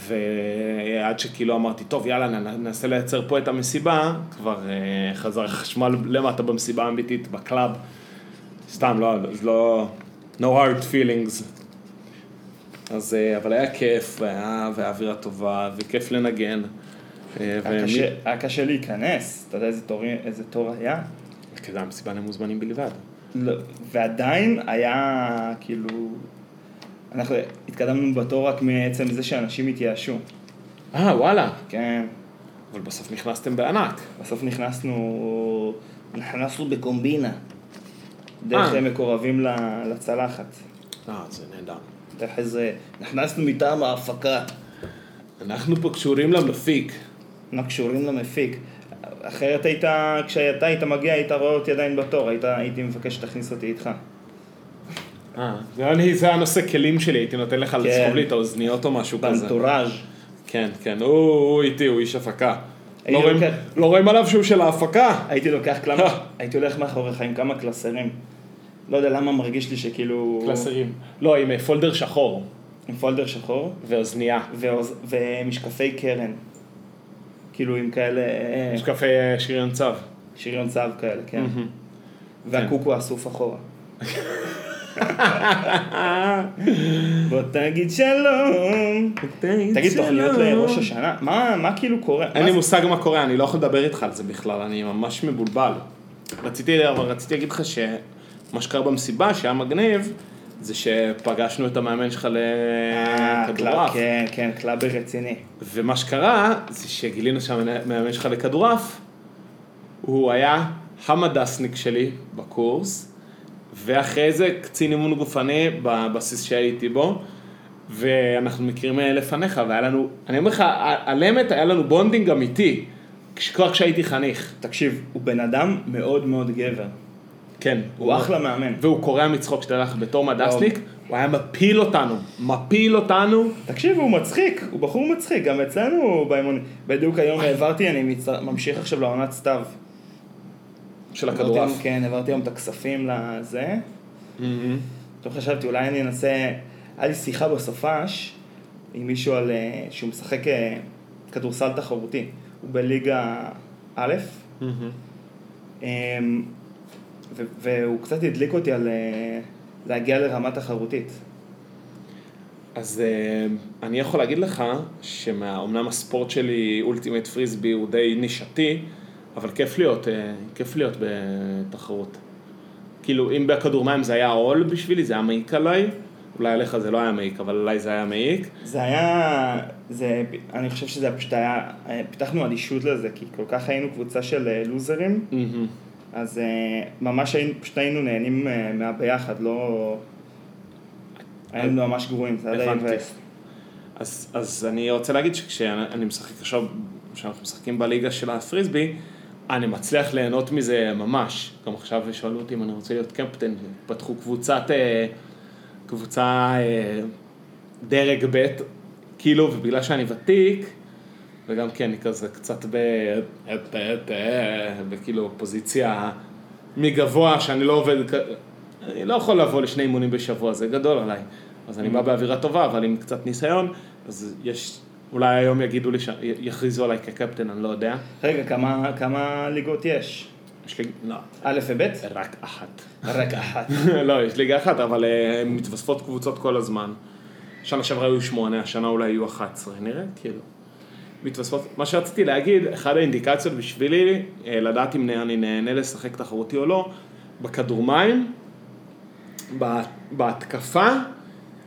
ועד שכאילו אמרתי, טוב, יאללה, נ- ננסה לייצר פה את המסיבה, כבר אה, חזר החשמל למטה במסיבה האמיתית, בקלאב. סתם, לא, אז לא, no hard feelings. אז, אה, אבל היה כיף, והיה, והאווירה טובה, וכיף לנגן. אה,
היה
ומי-
קשה- היה קשה להיכנס, אתה יודע איזה תור- איזה תור היה?
כזה כן, המסיבה למוזמנים בלבד.
לא, ועדיין היה כאילו, אנחנו התקדמנו בתור רק מעצם זה שאנשים התייאשו.
אה, וואלה.
כן,
אבל בסוף נכנסתם בענק.
בסוף נכנסנו, נכנסנו בקומבינה. דרך
אה.
מקורבים ל- לצלחת.
אה, זה נהדר.
דרך איזה, נכנסנו מטעם ההפקה.
אנחנו פה קשורים למפיק.
אנחנו קשורים למפיק. אחרת היית, כשאתה היית מגיע, היית רואה אותי עדיין בתור, היית, הייתי מבקש שתכניס אותי איתך.
אה, ואני, זה הנושא כלים שלי, הייתי נותן
כן.
לך לסחוב לי את האוזניות או משהו כזה.
באנטוראז'.
כן, כן, הוא- הוא איתי, הוא איש הפקה.
אה,
לא רואים-
לוקח-
לא רואים עליו שהוא של ההפקה.
הייתי לוקח כמה, הייתי הולך מאחוריך עם כמה קלסרים. לא יודע למה מרגיש לי שכאילו...
קלסרים. לא, עם אה, פולדר שחור
עם פולדר שחור
ואוזנייה.
ואוז... ומשקפי קרן. כאילו עם כאלה... אה,
משקפי אה, שריון צב.
שריון צהב כאלה, כן. והקוקו אסוף אחורה. בוא תגיד שלום. תגיד, תוכניות לראש השנה, מה, מה כאילו קורה?
אין
מה
לי
זה-
מושג מה קורה, אני לא יכול לדבר איתך על זה בכלל, אני ממש מבולבל. רציתי, אבל רציתי להגיד לך שמה שקרה במסיבה, שהיה מגניב, זה שפגשנו את המאמן שלך
אה, קלאב,
לכדורעף.
כן, כן, קלאב רציני.
ומה שקרה, זה שגילינו שהמאמן שלך לכדורעף, הוא היה המדסניק שלי בקורס, ואחרי זה קצין אימון גופני בבסיס שהייתי בו, ואנחנו מכירים לפניך, והיה לנו, אני אומר לך, ה- על אמת היה לנו בונדינג אמיתי, כש- כבר כשהייתי חניך.
תקשיב, הוא בן אדם מאוד מאוד גבר.
כן.
הוא אחלה מאמן.
והוא קורע מצחוק, שתדע לך, בתור מדסניק, הוא היה מפיל אותנו, מפיל אותנו.
תקשיב, הוא מצחיק, הוא בחור מצחיק, גם אצלנו באימון. בדיוק היום העברתי, אני מצט... ממשיך עכשיו לעונת סתיו.
של
העברתי
הכדורעף.
היום- כן, העברתי היום את הכספים לזה.
מהמם.
טוב, חשבתי, אולי אני אנסה... היה לי שיחה בסופש עם מישהו על... אה, שהוא משחק אה, כדורסל תחרותי. הוא בליגה א',
מהמם.
אמ, ו- והוא קצת הדליק אותי על אה, להגיע לרמה תחרותית.
אז אה, אני יכול להגיד לך שאומנם הספורט שלי, אולטימט פריסבי, הוא די נישתי, אבל כיף להיות, אה, כיף להיות בתחרות. כאילו, אם בכדור מים זה היה עול בשבילי, זה היה מעיק עליי, אולי עליך זה לא היה מעיק, אבל עליי זה היה מעיק.
זה היה, זה, אני חושב שזה פשוט היה, אה, פיתחנו אדישות לזה, כי כל כך היינו קבוצה של אה, לוזרים,
מהמם.
אז אה, ממש היינו, פשוט היינו נהנים אה, מהביחד, לא... היינו ממש גרועים, זה היה די
אה, הבנתי.
מבאס.
אז, אז אני רוצה להגיד שכשאני משחק עכשיו, כשאנחנו משחקים בליגה של הפריסבי, אני מצליח ליהנות מזה ממש. גם עכשיו שאלו אותי אם אני רוצה להיות קפטן, פתחו קבוצת, אה, קבוצה אה, דרג ב', כאילו, ובגלל שאני ותיק, וגם כי אני כזה קצת ב... את- את- אה, וכאילו פוזיציה מגבוה, שאני לא עובד... כ- אני לא יכול לבוא לשני אימונים בשבוע, זה גדול עליי. אז אני בא באווירה טובה, אבל עם קצת ניסיון, אז יש... אולי היום יגידו לי, ש... י- יכריזו עליי כקפטן, אני לא יודע.
רגע, כמה, כמה ליגות יש?
יש לי... לא,
א' וב'?
רק אחת.
רק אחת.
(laughs) לא, יש ליגה אחת, אבל אה, מתווספות קבוצות כל הזמן. שנה שעברה היו שמונה, השנה אולי יהיו 11, נראה כאילו. מתווספות. מה שרציתי להגיד, אחת האינדיקציות בשבילי, אה, לדעת אם אני נהנה לשחק תחרותי או לא, בכדורמים, בה- בהתקפה,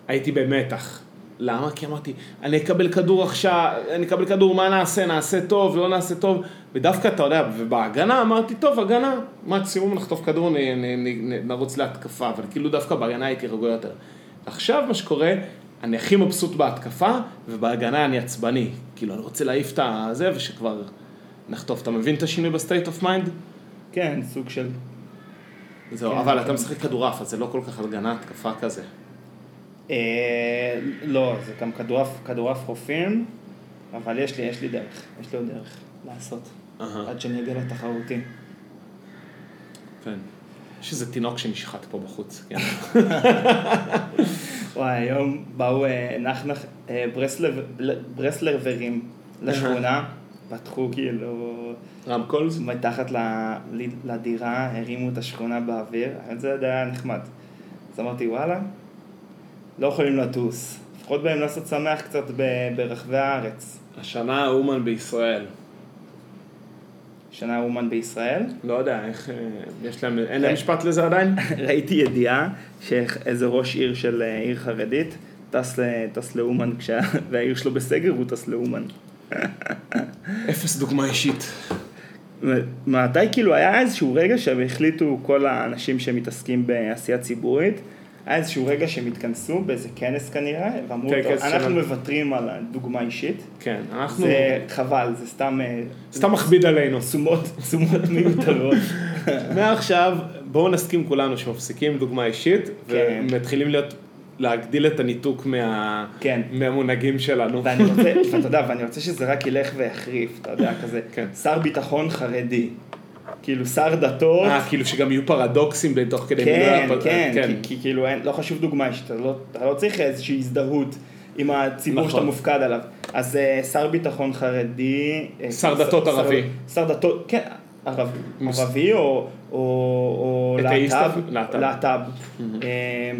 הייתי במתח. למה? כי אמרתי, אני אקבל כדור עכשיו, אני אקבל כדור, מה נעשה? נעשה טוב, לא נעשה טוב. ודווקא, אתה יודע, ובהגנה אמרתי, טוב, הגנה, מקסימום נחטוף כדור, נ, נ, נ, נ, נרוץ להתקפה, אבל כאילו דווקא בהגנה הייתי רגוע יותר. עכשיו מה שקורה, אני הכי מבסוט בהתקפה, ובהגנה אני עצבני. כאילו, אני רוצה להעיף את הזה, ושכבר נחטוף. אתה מבין את השינוי בסטייט אוף מיינד?
כן, סוג של...
זהו,
כן,
אבל
כן.
אתה משחק כדורעף, אז זה לא כל כך הגנה, התקפה כזה.
אה, לא, זה גם כדורעף- כדורעף חופים, אבל יש לי, יש לי דרך, יש לי עוד דרך לעשות,
אהה.
עד שאני אגיע לתחרותי.
כן. יש איזה תינוק שנשחט פה בחוץ, כן. (laughs)
וואי, היום באו אה, נחנך, אה, ברסלב- בל- ברסלרוברים לשכונה, פתחו כאילו
רמקול זה...
מתחת ל- ל- לדירה, הרימו את השכונה באוויר, אז זה היה נחמד. אז אמרתי, וואלה, לא יכולים לטוס. לפחות בהם לעשות שמח קצת ב- ברחבי הארץ.
השנה אומן בישראל.
שנה אומן בישראל. (laughs)
לא יודע, איך... אה, יש להם... אין
כן.
להם משפט לזה עדיין?
ראיתי ידיעה שאיזה ראש עיר של אה, עיר חרדית טס, ל- טס לאומן, כשה... (laughs) והעיר שלו בסגר הוא טס לאומן.
אפס דוגמה אישית.
מ- מתי כאילו היה איזשהו רגע שהם החליטו כל האנשים שמתעסקים בעשייה ציבורית, היה איזשהו רגע שהם התכנסו באיזה כנס כנראה, ואמרו,
כן,
טוב,
כנס
אנחנו
של-
מוותרים על הדוגמה אישית,
כן, אנחנו...
זה חבל, זה סתם אה,
סתם מכביד עלינו.
תשומות, תשומות
(laughs)
מיותרות.
מעכשיו, בואו נסכים כולנו שמפסיקים דוגמה אישית,
כן.
ומתחילים להיות... להגדיל את הניתוק מה...
כן.
מהמונהגים שלנו.
ואני רוצה, ואתה יודע, ואני רוצה שזה רק ילך ויחריף, אתה יודע, כזה,
כן.
שר ביטחון חרדי, כאילו שר דתות,
אה, כאילו שגם יהיו פרדוקסים בין- תוך כדי...
כן,
מילוי הפ-
כן, כי, כי כאילו אין, לא חשוב דוגמה אישית, אתה לא, אתה לא צריך איזושהי הזדהות עם הציבור
נכון.
שאתה מופקד עליו. אז אה, שר ביטחון חרדי... אה,
שר דתות
שר-
ערבי.
שר דתות, כן, ערב,
מוס-
ערבי או, או, או
אתאיסט
להט"ב,
אפילו, להט"ב.
להט"ב. אה,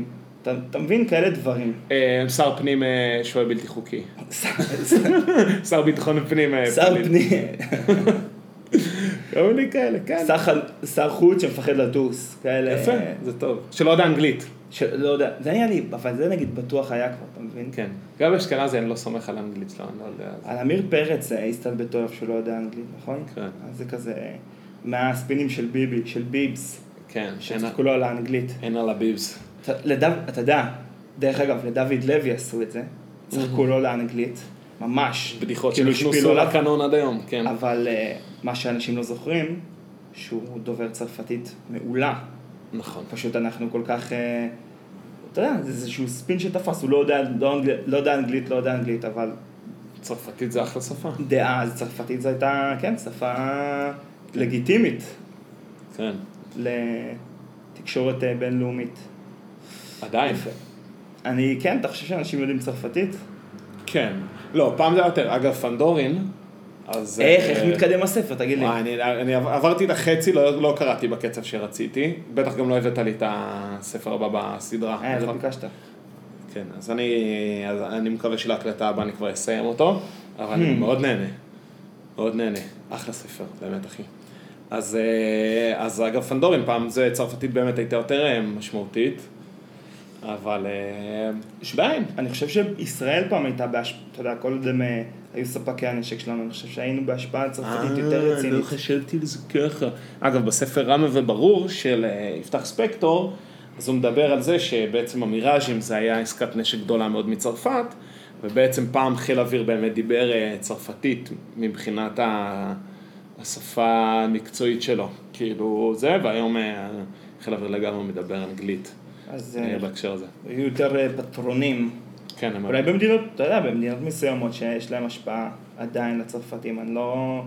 אתה אתה מבין כאלה דברים.
אה, שר פנים אה, שוהה בלתי חוקי. (laughs) שר ביטחון פנים. אה,
שר
פליט. (laughs)
פנים,
כל מיני כאלה, כן.
שר חל- שר חוץ שמפחד לטוס, כאלה.
יפה, זה טוב. שלא יודע אנגלית.
שלא יודע, זה נראה לי, אבל זה נגיד בטוח היה כבר, אתה מבין?
כן. גם אשכנזי אני לא סומך על האנגלית שלו, אני לא יודע. אז-
על עמיר פרץ אה, הסתלבטו עליו שהוא לא יודע אנגלית, נכון?
כן.
אז זה כזה אה, מהספינים של ביבי, של ביבס,
כן, אין-
שצחקו לו על האנגלית.
אין על הביבס.
אתה לדו- אתה יודע, דרך אגב, לדוד לוי עשו את זה, צחקו לו על האנגלית, ממש.
בדיחות
כאילו
שנכנסו
השפילו עליו.
לקנון עד היום, כן.
אבל אה, מה שאנשים לא זוכרים, שהוא דובר צרפתית מעולה.
נכון.
פשוט אנחנו כל כך... אה, אתה יודע, זה איזשהו ספין שתפס, הוא לא יודע, לא, אנגל- לא יודע אנגלית, לא יודע אנגלית, אבל
צרפתית זה אחלה שפה.
דאז צרפתית זו הייתה, כן, שפה לגיטימית
כן.
לתקשורת אה, בינלאומית.
עדיין.
אני, כן, אתה חושב שאנשים יודעים צרפתית?
כן. לא, פעם זה היה יותר. אגב, פנדורין, אז...
איך,
אה,
איך מתקדם הספר, תגיד לי.
וואי, אני, אני עבר- עברתי את החצי, לא, לא קראתי בקצב שרציתי, בטח גם לא הבאת לי את הספר הבא בסדרה.
אה, לא
נכון?
ביקשת.
כן, אז אני, אז אני מקווה שלהקלטה הבאה אני כבר אסיים אותו, אבל אני מאוד נהנה. מאוד נהנה. אחלה ספר, באמת, אחי. אז, אה, אז אגב, פנדורין, פעם זה צרפתית באמת הייתה יותר אה, משמעותית. אבל אה, עדיין,
אני חושב שישראל פעם הייתה בהשפעה, אתה יודע, כל עוד הם אה, היו ספקי הנשק שלנו, אני חושב שהיינו בהשפעה צרפתית יותר
לא
רצינית.
חשבתי על זה ככה. אגב, בספר רמה וברור של אה, יפתח ספקטור, אז הוא מדבר על זה שבעצם המיראז'ים זה היה עסקת נשק גדולה מאוד מצרפת, ובעצם פעם חיל אוויר באמת דיבר אה, צרפתית מבחינת ה... השפה המקצועית שלו, כאילו זה, והיום אה, חיל אוויר לגמרי מדבר אנגלית
אז
אה,
אה,
בהקשר הזה.
היו יותר אה, פטרונים.
כן, הם-
אולי במדינות, אתה יודע, במדינות מסוימות שיש להם השפעה עדיין לצרפתים, אני לא...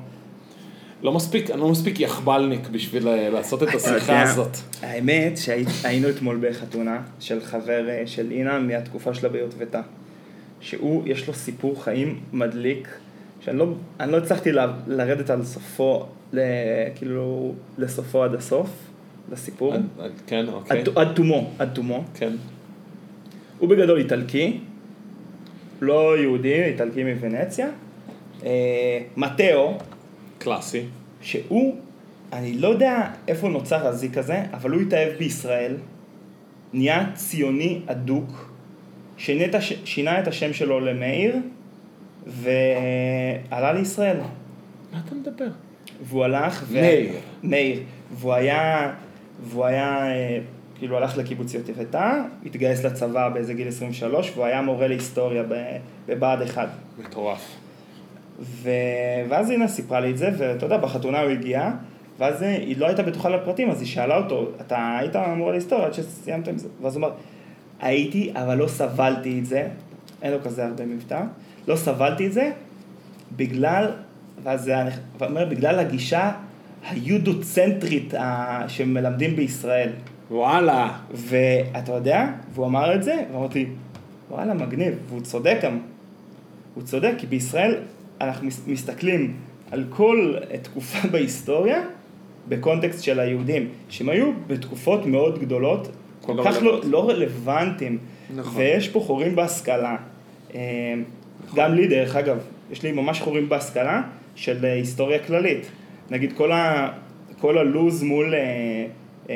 לא מספיק, אני לא מספיק יחבלניק בשביל אה,
(laughs)
לעשות את השיחה
כן.
הזאת.
האמת שהיינו אתמול בחתונה של חבר אה, של אינה מהתקופה שלה ביוטבתה. שהוא, יש לו סיפור חיים מדליק, שאני לא, אני לא הצלחתי ל- לרדת על סופו, ל, כאילו, לסופו עד הסוף, לסיפור.
עד- עד- כן, אוקיי.
עד עד תומו, עד תומו.
כן.
הוא בגדול איטלקי, לא יהודי, איטלקי מוונציה. אה, מתאו,
קלאסי.
שהוא, אני לא יודע איפה נוצר הזיק הזה, אבל הוא התאהב בישראל, נהיה ציוני אדוק, שינה את הש... שינה את השם שלו למאיר, ועלה לישראל.
מה אתה מדבר?
והוא הלך... ו...
מאיר.
מאיר. והוא היה... והוא היה... אה, כאילו הלך לקיבוץ יוטבתה, התגייס לצבא באיזה גיל 23, והוא היה מורה להיסטוריה ב- בבה"ד 1.
מטורף.
ו... ואז אינה סיפרה לי את זה, ואתה יודע, בחתונה הוא הגיע, ואז אה, היא לא הייתה בטוחה לפרטים, אז היא שאלה אותו, אתה היית אמור להיסטוריה עד שסיימת עם זה, ואז הוא אמר, הייתי, אבל לא סבלתי את זה, אין לו כזה הרבה מבטא, לא סבלתי את זה, בגלל, ואז זה היה, נכ- הוא אומר, בגלל הגישה היודוצנטרית ה... שמלמדים בישראל.
וואלה.
ואתה יודע, והוא אמר את זה, ואמרתי, וואלה, מגניב, והוא צודק גם. הוא צודק, כי בישראל אנחנו מס- מסתכלים על כל תקופה (laughs) בהיסטוריה בקונטקסט של היהודים, שהם היו בתקופות מאוד גדולות, כל
לא
כך לא,
רלוונטיים.
לא רלוונטיים.
נכון.
ויש פה חורים בהשכלה. אה, גם לי, דרך אגב, יש לי ממש חורים בהשכלה של אה, היסטוריה כללית. נגיד כל, ה, כל הלוז מול... אה, אה,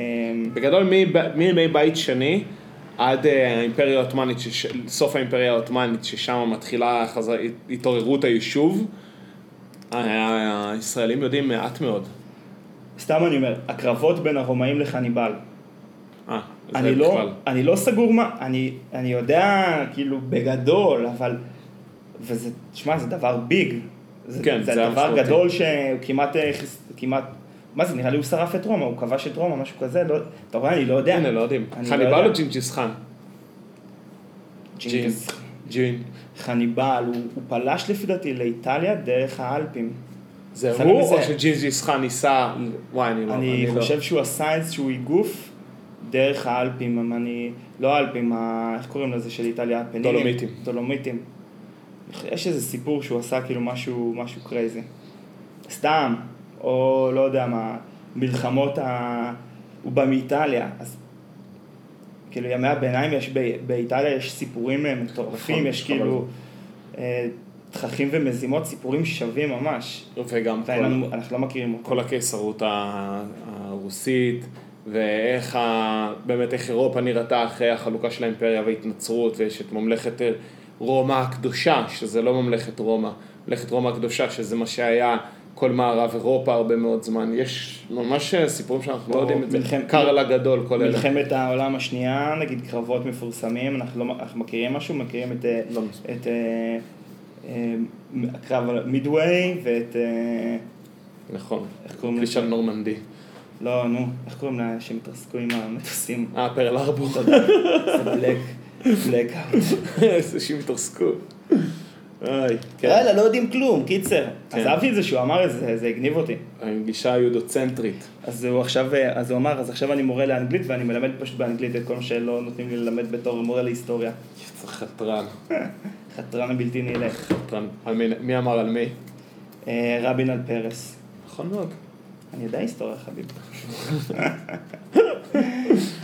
בגדול מ- מימי בית שני עד אה, האימפריה העות'מאנית, שש- סוף האימפריה העות'מאנית, ששם מתחילה חזר- התעוררות היישוב, ה- ה- הישראלים יודעים מעט מאוד.
סתם אני אומר, הקרבות בין הרומאים לחניבל.
אה, זה
אני לא,
בכלל.
אני לא סגור מה, אני, אני יודע, כאילו, בגדול, אבל... וזה, תשמע, זה דבר ביג. זה,
כן,
זה,
זה היה
דבר
משמעותי.
גדול שכמעט, אה, חיס- כמעט, מה זה, נראה לי הוא שרף את רומא, הוא כבש את רומא, משהו כזה, לא, אתה רואה, אני לא יודע.
הנה, לא יודעים.
אני לא
חניבל
יודע.
או ג'ינג'יס חאן?
ג'ינגיס.
ג'ין.
חניבל, הוא, הוא פלש לפי דעתי לאיטליה דרך האלפים.
זה
חלק
הוא
מזה.
או שג'ינג'יס חאן ניסה... וואי, אני לא...
אני
לא-
חושב שהוא עשה איזשהו איגוף דרך האלפים, אם אני, לא האלפים, ה- איך קוראים לזה של איטליה? הפנינים?
דולומיטים.
דולומיטים. יש איזה סיפור שהוא עשה כאילו משהו, משהו קרייזי. סתם, או לא יודע מה, מלחמות ה... הוא בא מאיטליה, אז כאילו ימי הביניים יש, ב- באיטליה יש סיפורים אה, מטורפים,
נכון,
יש
חבל.
כאילו אה, תככים ומזימות, סיפורים שווים ממש.
וגם
ואין
כל-
לנו- אנחנו לא מכירים אותם.
כל הקיסרות ה- הרוסית, ואיך ה... באמת איך אירופה נראתה אחרי החלוקה של האימפריה וההתנצרות, ויש את ממלכת אה, רומא הקדושה, שזה לא ממלכת רומא, ממלכת רומא הקדושה, שזה מה שהיה כל מערב אירופה הרבה מאוד זמן. יש ממש סיפורים שאנחנו לא
או
יודעים את זה.
מלחמת-
קרל הגדול, כל אלה.
מלחמת העולם השנייה, נגיד קרבות מפורסמים, אנחנו לא אנחנו מכירים משהו, מכירים את, אה,
לא מספיק.
את אה, אה, הקרב על מידווי ואת, אה,
נכון.
איך קוראים
פלישה
לזה?
לנורמנדי.
לא, נו, איך קוראים לה, שהם התרסקו עם המטוסים,
אה, פרל ארבור.
זה בלק, בלק
(laughs) איזה שהם
(laughs)
התרסקו. איי, כן.
יאללה, לא יודעים כלום, קיצר. אז
כן.
אהבתי את זה שהוא אמר את זה, זה הגניב אותי.
הגישה היודוצנטרית.
אז הוא עכשיו, אה, אז הוא אמר, אז עכשיו אני מורה לאנגלית ואני מלמד פשוט באנגלית את כל מה שלא נותנים לי ללמד בתור מורה להיסטוריה.
איזה חתרן.
חתרן בלתי נילא.
חתרן. על מי- מי אמר על מי?
אה, רבין על פרס.
נכון מאוד.
אני יודע היסטוריה, חביב.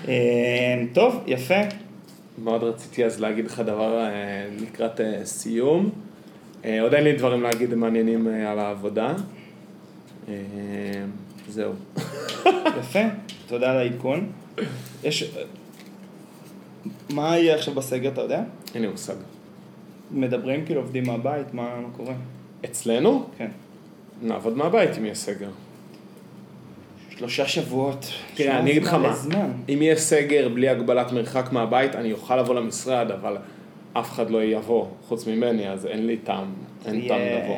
אה, טוב, יפה.
מאוד רציתי אז להגיד לך דבר אה, לקראת אה, סיום. אה, עוד אין לי דברים להגיד מעניינים אה, על העבודה. אה, זהו.
יפה. תודה על העדכון. יש... מה יהיה עכשיו בסגר, אתה יודע?
אין לי מושג.
מדברים כאילו עובדים מהבית, מה, מה קורה?
אצלנו?
כן.
נעבוד מהבית אם יהיה סגר.
שלושה שבועות.
תראה, אני אגיד לך מה,
זמן.
אם יהיה סגר בלי הגבלת מרחק מהבית, אני אוכל לבוא למשרד, אבל אף אחד לא יבוא חוץ ממני, אז אין לי טעם, אין טעם
יהיה-
לבוא.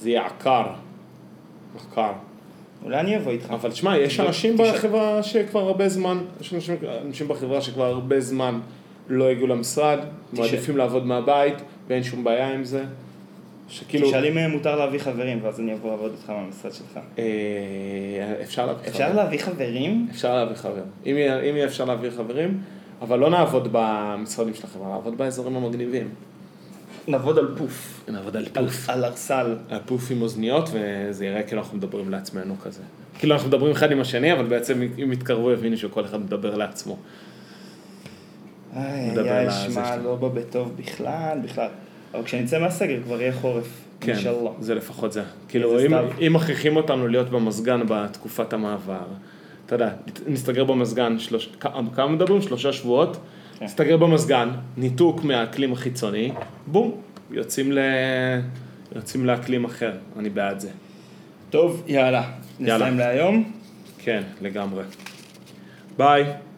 זה יהיה עקר. עקר.
אולי אני אבוא איתך.
אבל תשמע, יש אנשים
תשאל.
בחברה שכבר הרבה זמן, יש אנשים, אנשים בחברה שכבר הרבה זמן לא הגיעו למשרד, מעדיפים לעבוד מהבית, ואין שום בעיה עם זה. שכאילו,
תשאל אם אה, מותר להביא חברים, ואז אני אבוא לעבוד איתך מהמשרד שלך.
אה, אפשר להביא
אפשר
חבר.
להביא חברים?
אפשר להביא חבר. אם יהיה אם יהיה אפשר להביא חברים, אבל לא נעבוד במשרדים של החברה, נעבוד באזורים המגניבים.
כן, נעבוד על פוף.
נעבוד על
על- על ארסל.
על פוף עם אוזניות, וזה יראה כאילו אנחנו מדברים לעצמנו כזה. כאילו אנחנו מדברים אחד עם השני, אבל בעצם אם יתקרבו יבינו שכל אחד מדבר לעצמו.
איי,
נדבר
איי,
על זה
שמע,
שלך.
לא בא בטוב בכלל, בכלל. אבל כשנצא מהסגר כבר יהיה חורף.
כן,
אינשאללה.
זה לפחות זה. כאילו,
איזה
אם,
סתיו.
אם מכריחים אותנו להיות במזגן בתקופת המעבר, אתה יודע, נסתגר במזגן, שלוש, כ- כמה מדברים? שלושה שבועות,
כן.
נסתגר במזגן, ניתוק מהאקלים החיצוני, בום, יוצאים, ל... יוצאים לאקלים אחר, אני בעד זה.
טוב, יאללה.
יאללה.
נסיים להיום.
כן, לגמרי. ביי.